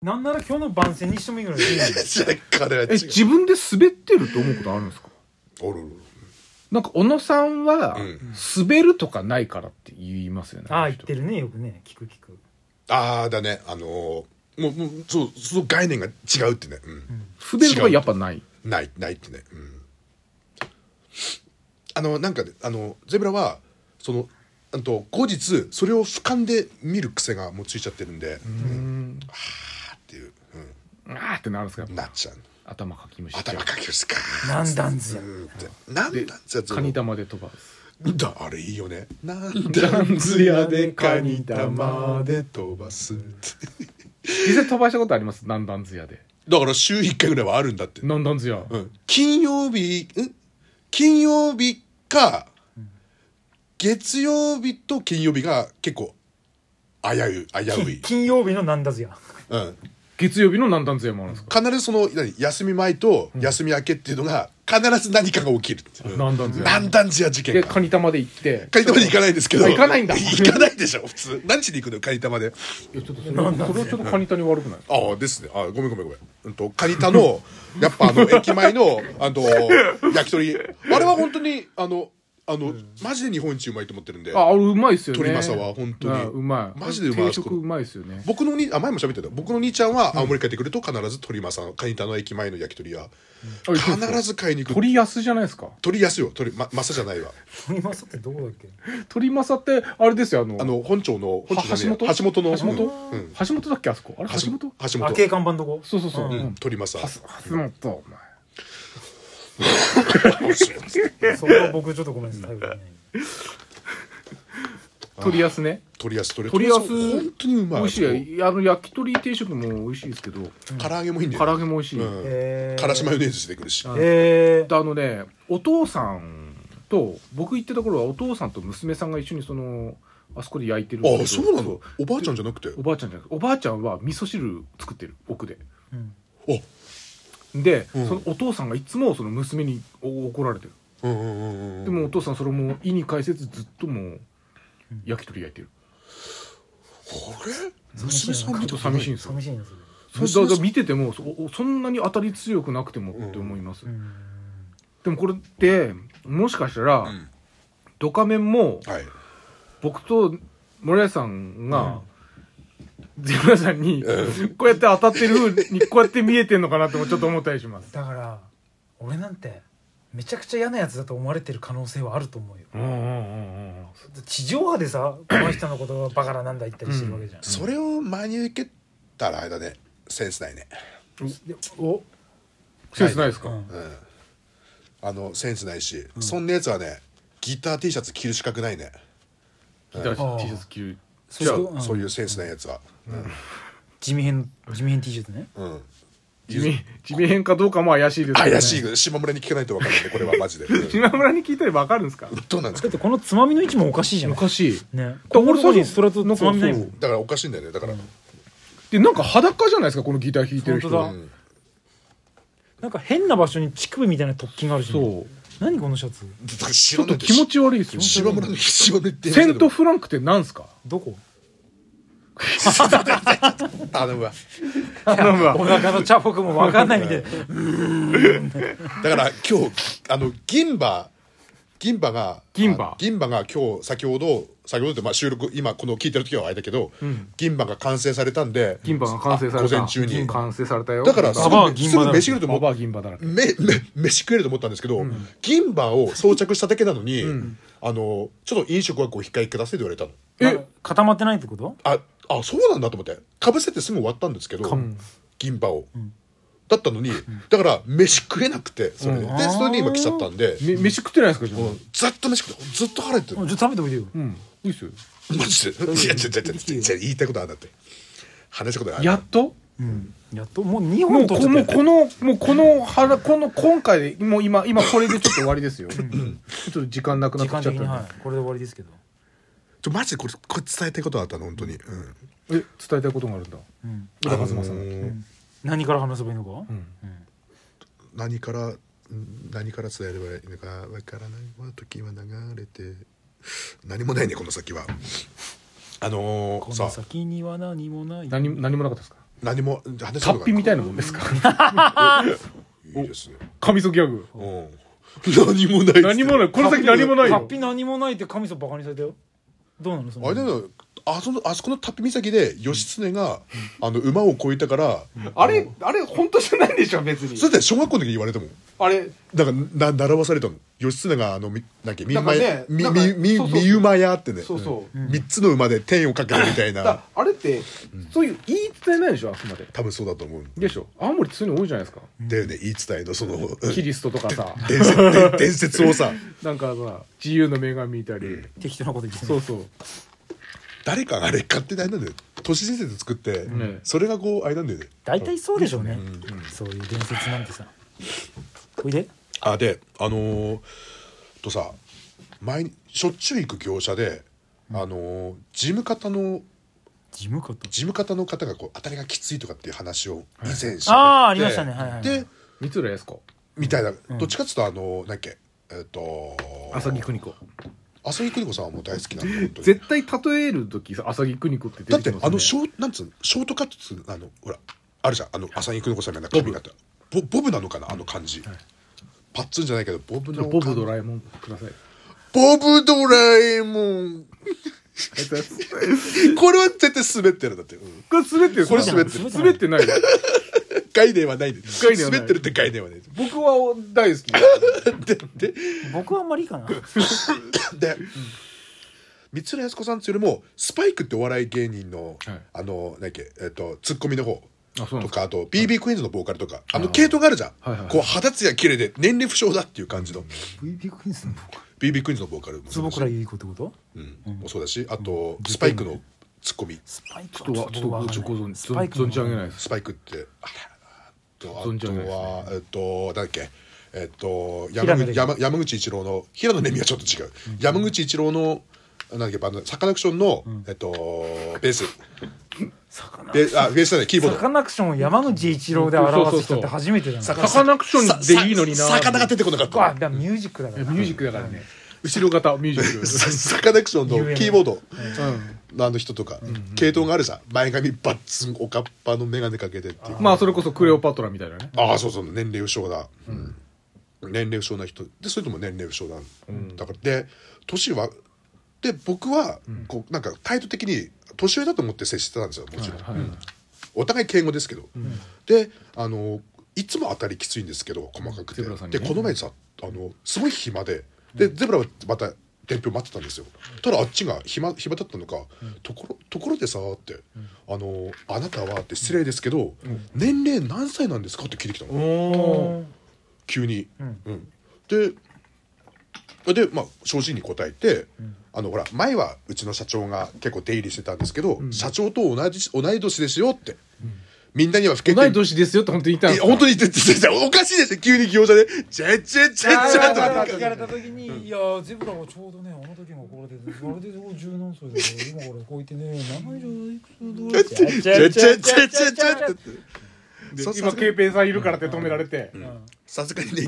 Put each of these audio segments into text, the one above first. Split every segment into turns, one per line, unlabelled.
なんなら今日の番宣にしてもいいぐらい。
彼は違う
え、自分で滑ってると思うことあるんですか
おるおる
なんか、小野さんは
う、ん
滑るとかないからって言いますよね。
ああ、言ってるね、よくね。聞く聞く。
ああだねあのーもうもうそうそう概念が違うってね、うん
滑るとかやっぱない。
ないないってね、うん、あのなんかねあのゼブラはそのあと後日それを俯瞰で見る癖がもうついちゃってるんで、
うん。
あーっていう、
あーってなるんですかや
う
っ
ん、
ぱ
なっちゃう
頭かきむしって
頭かきをすか
なんだんず
う
や。
んってなんだ
で
んずやつ
カニ玉で飛ばす。
だあれいいよねなんだんずやでカニ玉で飛ばすって
実際飛ばしたことあります南段津屋で。
だから週1回ぐらいはあるんだって
南段津屋。
うん金曜日ん金曜日か月曜日と金曜日が結構危うい危う
金
い、
金曜日のなんだずや。
うん、
月曜日の南段津屋もあるんですか
必ずその何休み前と休み明けっていうのが必ず何かが起きるっていう、
南段津屋。
南段寺屋事件
で、
が
カニ玉で行って。
カニ玉で行かないんですけど
あ行かないんだ
行かないでしょ普通何時に行くのカニ玉で
いや、ちょっとそれ、それはちょっとカニ玉に悪くない
ああですねあごめんごめんごめん、うん、とカニタ のやっぱあの駅前のあの焼き鳥あれは本当にあのあの、マジで日本一うまいと思ってるんで
あ、あれうまいっすよね。
鳥政は本当に
あうまい。
マジでうまい
定食うまいっすよね。
僕のお兄あ前も喋ってたよ僕の兄ちゃんは青森帰ってくると必ず鳥間さんカニタの駅前の焼き鳥屋
あ
必。ず買いに行く
鳥安じゃないですか。
鳥安よ鳥まマサじゃないわ
鳥正ってどこだっけ
鳥政って、あれですよ、あの、
あの本庁の本庁じゃねえ
は
や
橋
橋
本
本の
橋本
うんうん
橋本だっけあそこ。あれ橋本
橋
あ、
本
景観版どこ
そうそうそう。
う
うんん
鳥政
はす橋本、お前。
そこは僕ちょっとごめんな さい。頼りない
鳥安ね。
鳥安鳥
鳥安
本当にうまい
美味しい。あの、焼き鳥定食も美味しいですけど、
唐揚げもいいんだ
唐
よ、
揚げも美味しい。
うん
えー
からしマヨネーズしてくるし
えー
であのねお父さんと僕行ってた頃はお父さんと娘さんが一緒にそのあそこで焼いてるんだけど
あそうなのおばあちゃんじゃなくて
おばあちゃんじゃなくておばあちゃんは味噌汁作ってる奥で
うん
あ
で、
うん
そのお父さんがいつもその娘にお怒られてる
うんうんうんうん
でもお父さんそれも意に介せずずっともう焼き鳥焼いてる
あれ娘さん見た
ちょっと寂しいんですよ
寂しいんですよ。
そ
娘さん
うだから見ててもそおそんなに当たり強くなくてもって思います、
うん
でもこれってもしかしたら、
うん
ドカメンも
はい
僕と森谷さんが、ゼブラさんに、こうやって当たってる風に、 こうやって見えてんのかなってもちょっと思ったりします。
だから、俺なんて、めちゃくちゃ嫌なやつだと思われてる可能性はあると思うよ。
うんうんうんうん。
地上波でさ、この人のことはバカだなんだ言ったりしてるわけじゃん。
それを真に受けたらあれだねセンスないね
でお
センスないですか、
うん
うんあのセンスないしそんなやつはねギター T シャツ着る資格ないね
ギター
あー
T シャツ着る。
そ
じゃ
う
あそういうセンスないやつは
地味編地味編 T シャツね
うんうん
地味、地味変かどうかも怪しいですけどね
怪しいけど島村に聞かないと分かんないねこれは マジでうん
島村に聞いたらわかるんですか
どうなんです
だ
か
ってこのつまみの位置もおかしいじゃん
お
ね
かしい。
ここ
俺
のとこにストラト
なん
つまみないもん
そう
だからおかしいんだよねだから
で、なんか裸じゃないですか、このギター弾いてる人。
本
うん
なんか変な場所に乳首みたいな突起があるし、ね、
そう。
何このシャツ
だから
ちょ
白
っ
塗
と
って
気持ち悪いですよ。
島村の必要でって
セントフランクってなんすか
どこ
頼むわ
頼むわ
お。腹のチャポくも分かんないみたいな
だから今日あの銀馬銀馬が
銀馬
あ銀馬が今日先ほど先ほどってまあ収録今この聞いてる時はあれだけど、銀馬が完成されたんで
銀馬が完成された。
あ午前中に
完成されたよ。
だからす
バ
馬は
ぐ
銀
す
馬
ぐ
だ
飯食えると
バ
思
バ
う
ア銀馬だらけ。
めめ飯食えると思ったんですけど、銀馬を装着しただけなのに、あのちょっと飲食はご控えくださいと言われたの
え固まってないってこと
ああそうなんだと思ってかぶせてすぐ終わったんですけど銀馬を、だったのにだから飯食えなくてそれで,、でそれで今来ちゃったんで、
め飯食ってないですか自分
ずっと飯食ってずっと腹減ってる
ちょっと食べておいてよ
うんいいっすよ
マジでいやちょちょちょちょちょ言いたいことあるんだって話したことある
やっと
やっともう2
も
本
う
取っち
こ
ゃ
も
っ
う
たよ
このもうこの腹この今回でもう今今これでちょっと終わりですよちょっと時間なくなっ
時間
てきちゃ
的
っ
には
た
いこれで終わりですけど
ちょマジでこれこれ伝えたいことあったの本当に、うん、
え伝えたいことがあるんだ
ん
浦和馬さ
あの
ん
ー
何から話せばいいのか、
何からうん何から伝えればいいのかわからないわ時は流れて何もないねこの先はあのー
こ
さ
の先には何もない
何何もなかったですか
何も話
タッピみ
い
たいなもんですか
いいですね
カミソギャグ。
うん 何もないっすね
何もない。この先何もない
タッ
よ。
ピ何もないって神様バカにされたよどうなのその
あれだよあそのあそこのタッピ岬で義経があの馬を越えたから
あれ、あれ、本当じゃないでしょ、別に
そ。れで小学校の時に言われたもん
あれ、
だからな習わされたの義経があのみなんだっけみ
なんかね
み
なんか
みみ
そうそう
み馬やってね
そうそう
うん三つの馬で天をかけるみたい
だから
な
あれって、
そういう言い伝えないでしょ、あくまで。
多分そうだと思う
でしょ。青森ってそういうの多いじゃないですか。
だよね言い伝えのそのうん
キリストと かさ、
伝説伝伝説をさ
なんかさ、自由の女神いたり。
適当なこと言って
そうそう。
誰かあれ買ってないんだよ都市伝説作って、
ん
それがこうあれなんだよね
大体そうでしょうね、そういう伝説なんてさおいで
あであのーとさ前にしょっちゅう行く業者で、あのー事務方の
事務方
事務方の方がこう当たりがきついとかっていう話を以前して、
ああありましたねはいはい
で
三浦靖子。
みたいな、どっちかっつうとあのなんだっけえっ、と
浅木邦子。
浅木邦子さんはもう大好きなんだ本当に
絶対例える時さ、浅木邦子って
だ
出
って
き
て、
ますよね。
あのショーなんつうのショートカットっつうのあのほらあるじゃんあの浅木久子さんみたいな髪型ボボブなのかなあの感じ、パッツンじゃないけどボブの
ボブド
ラ
ラえもんください。
ボブドラえもんこれは絶対滑ってるだって、うん
これ滑って る
これ滑って
る
滑ってない。
概念はないで
概念はない
滑ってるって概念はない
僕は大好き。
でで
僕はあんまりいいかな
で、三浦靖子さんっつうよりもスパイクってお笑い芸人の、
はい
あの何やっけ、えっとツッコミの方
あそうな
と
んですか
かあと BB クイーンズのボーカルとかあの系統があるじゃん、
はいはいはい
こう肌つや綺麗で年齢不詳だっていう感じの
VP クイーンズの
BB クイーンズのボーカルもそ
坪
うだし
倉優子ってこと
うんもそうだしあとスパイクのツッコミ
スパイク
ちょっとわ、ちょっとごちょっとご存
ス
じ、
パイクの
存じ上げないです。
スパイクってあらららあと
存
あ
じ上
と
げないです
は、えっとなんだっけえっと
平
山
野レ
口
ミ
山山口一郎の平野レミはちょっと違う、山口一郎のなんだっけバンドサカナクションの、えっとベース
サカナ
ベあベースじゃないキーボ
サ
ード
カナクションを山口一郎で表す人って初めてだな
そうそうそう
サカナクションでいいのにな。
ささ魚が出てこなかっ
あ
た
だからミュージックだから
ミュージックだからね。後ろ型ミュージッ
さサカナクションのキーボード
ク。うん。
のあの人とか、系統があるさ前髪バッツンおかっぱの眼鏡かけてっていう
まあ、それこそクレオパトラみたいなね。
ああそうそう年齢不詳だ、年齢不詳な人でそれとも年齢不詳だ、だからで年はで僕はこうなんか態度的に年上だと思って接してたんですよもちろん、
はいはい
お互い敬語ですけど、であのいつも当たりきついんですけど細かくて、
ゼブラさんに
で
ね
この前さあのすごい暇ででゼブラはまた伝票待ってたんですよただあっちが暇暇だったのか、ところところでさって、あの「あなたは」って失礼ですけど、年齢何歳なんですかって聞いてきたの、
お
急に、
ん
うんでで、まあ、正直に答えて、あのほら前はうちの社長が結構出入りしてたんですけど、社長と同じ同い年ですよって、みんなには老けて
同い年ですよって本当に言ったん
い
で
や
すか
本当に言ってておかしいですよ急に餃子で「チェチェチェチ
あ
ェ」と
ー
か
聞かれた時に、いやーゼブラはちょうどねあの時の頃でそれで十何歳だけど今俺こう言ってね名前上いくつどう
チェチェチェチェチェって
で
そう
今、
そう
ケイペイさんいるからって止められて。
さすがにね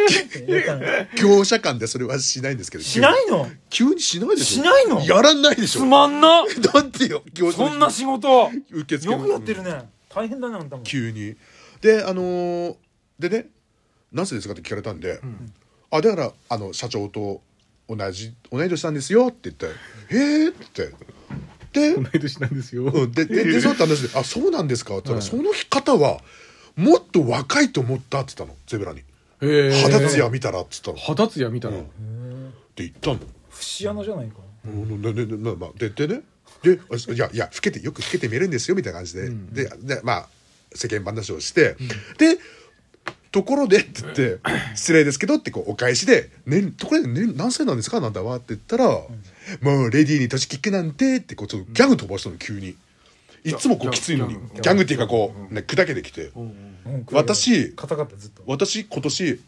て
業者間でそれはしないんですけど
しないの
急にしないでし
し
ょ
ないの
やらないでし
つ
ょ
まんな
だってよ業者の
そんな仕事
受付
よ
の
くやってるね大変だねあんたも
急にであのーでね「なぜですか?」って聞かれたんで「あだからあの社長と同じ同い年なんですよ」って言って「へえ」って言って
同い年なんですよ。
うんでででそうって話で「あそうなんですか」って言ったら、その方はもっと若いと思った」って言ったのゼブラに「
へ
肌ツヤ。見たら」って言ったのっ
肌つや見たら。
て言ったの。
節穴じゃないか
うんでででまあまあででねであいやいや老けてよく老けて見えるんですよみたいな感じで、ででまあ世間話をして、でところでって言 って「失礼ですけど」ってこうお返しで、ね「ところで、ね、何歳なんですかあなんだわ」って言ったら「もうレディーに年聞くなんて」ってこうちょっとギャグ飛ばしたの急に。いつもこうきついのにギャグっていうかこう、ね、砕けてきて、私
硬かったずっと
私今年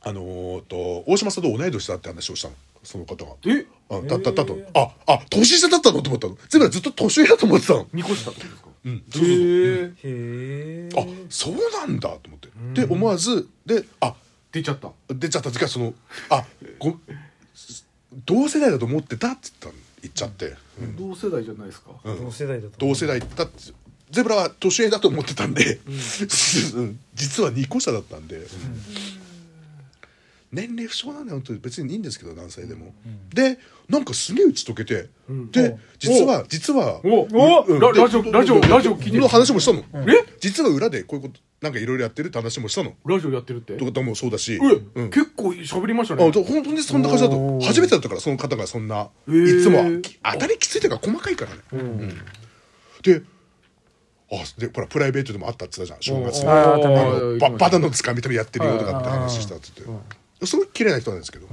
あのーと大島さんと同い年だって話をしたのその方が
え
あだっただとああ年下だったのと思ったの全部ずっと年上だと思ってたの
見越したってことですか
うんそうそうそう
へえ。
へえ
あそうなんだと思ってで思わずであ
出ちゃった。
出ちゃった時はそのあご同世代だと思ってたって言ったの言っちゃって、
同世代じゃないですか。
うん
同世代だと
同世代だってゼブラは年上だと思ってたんで、 うん実は2個下だったんで、年齢不詳なんだよ本当に別にいいんですけど何歳でも、でなんかすげえ打ち解けて、で実は実は
お
お
おララジオラジオラジオ聞いてる
の話もしたの、
え
実は裏でこういうことなんかいろいろやってるって話もしたの
ラジオやってるって
とかもそうだし、
え
うん
結構喋りました
あ
ね
と本当にそんな感じだと
おー
初めてだったからその方がそんな、
ー
いつもはき当たりきついというか細かいからね、うんであでほらプライベートでもあったって言ったじゃん正月の
おー
あ
あー
のババ
タ
タのつかみとかやってるよとかって話したって言って、すごい綺麗な人なんですけど、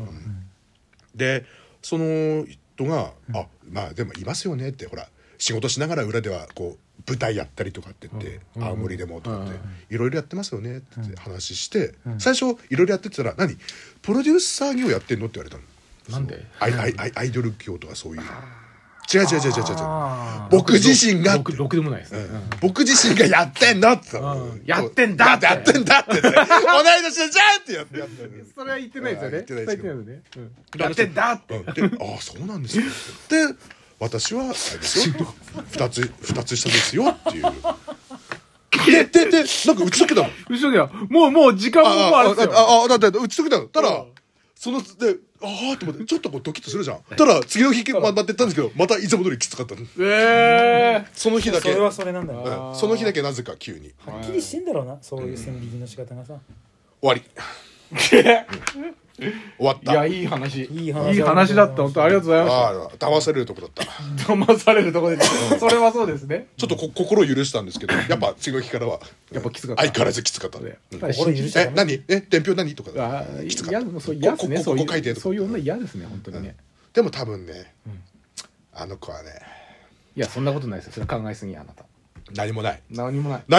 でその人が「あまあでもいますよね」ってほら仕事しながら裏ではこう舞台やったりとかって言って「青森でも」とかって「いろいろやってますよね」って言って話して、最初いろいろやってたら「何プロデューサー業やってんの?」って言われたの
なんで
アイアイアイアイドル業とかそういう違う違う違う違う違
あ
う僕自身が
ろくろくでもないですね
うん僕自身がやってんだって言ったの
うんやってんだって
やってんだ って同い年でじゃんってやってやって
うんそれは言ってないですよ
あ
ね
言ってないですけど
それは言ってないですねうんやってんだって
うんで、ああそうなんですか。で、私はあれですよ。二つ二つ下ですよっていう。で、で、で、なんか打ち解けたの。
後ろではもうもう時間ももうあ
あ
れですよ
あああだって打ち解けたの。ただ。そのでああと思ってちょっとこうドキッとするじゃんただ次の日ま待ってたんですけどまたいつも通りきつかったの
え
その日だ
それ
け
は
うん
それなんだよは
その日だけなぜか急に
っきりしてんだろうなそういう線引きの仕方がさ
終わり 終わっ
い
た
や、
あ
いい話。
いい
え
話
いい話だった本当ありがとうございまし
あ騙されるとこだったち
た騙されるところでそれはそうですね
ょっとこ心を許したんですけどやっぱ次の日からは
やっぱきつかった
相変わらずきつかったね
やっぱり
心許しちゃ
え
ダメ
何え伝票何とか
あー
きつか
いや
った
もうそう嫌ですね
ここ
そうい
ここ書いて
う
とか
そういう女嫌ですね本当にね
でも多分ね、あの子はね
いやそんなことないですよそれは考えすぎやあなた
何もない
何もない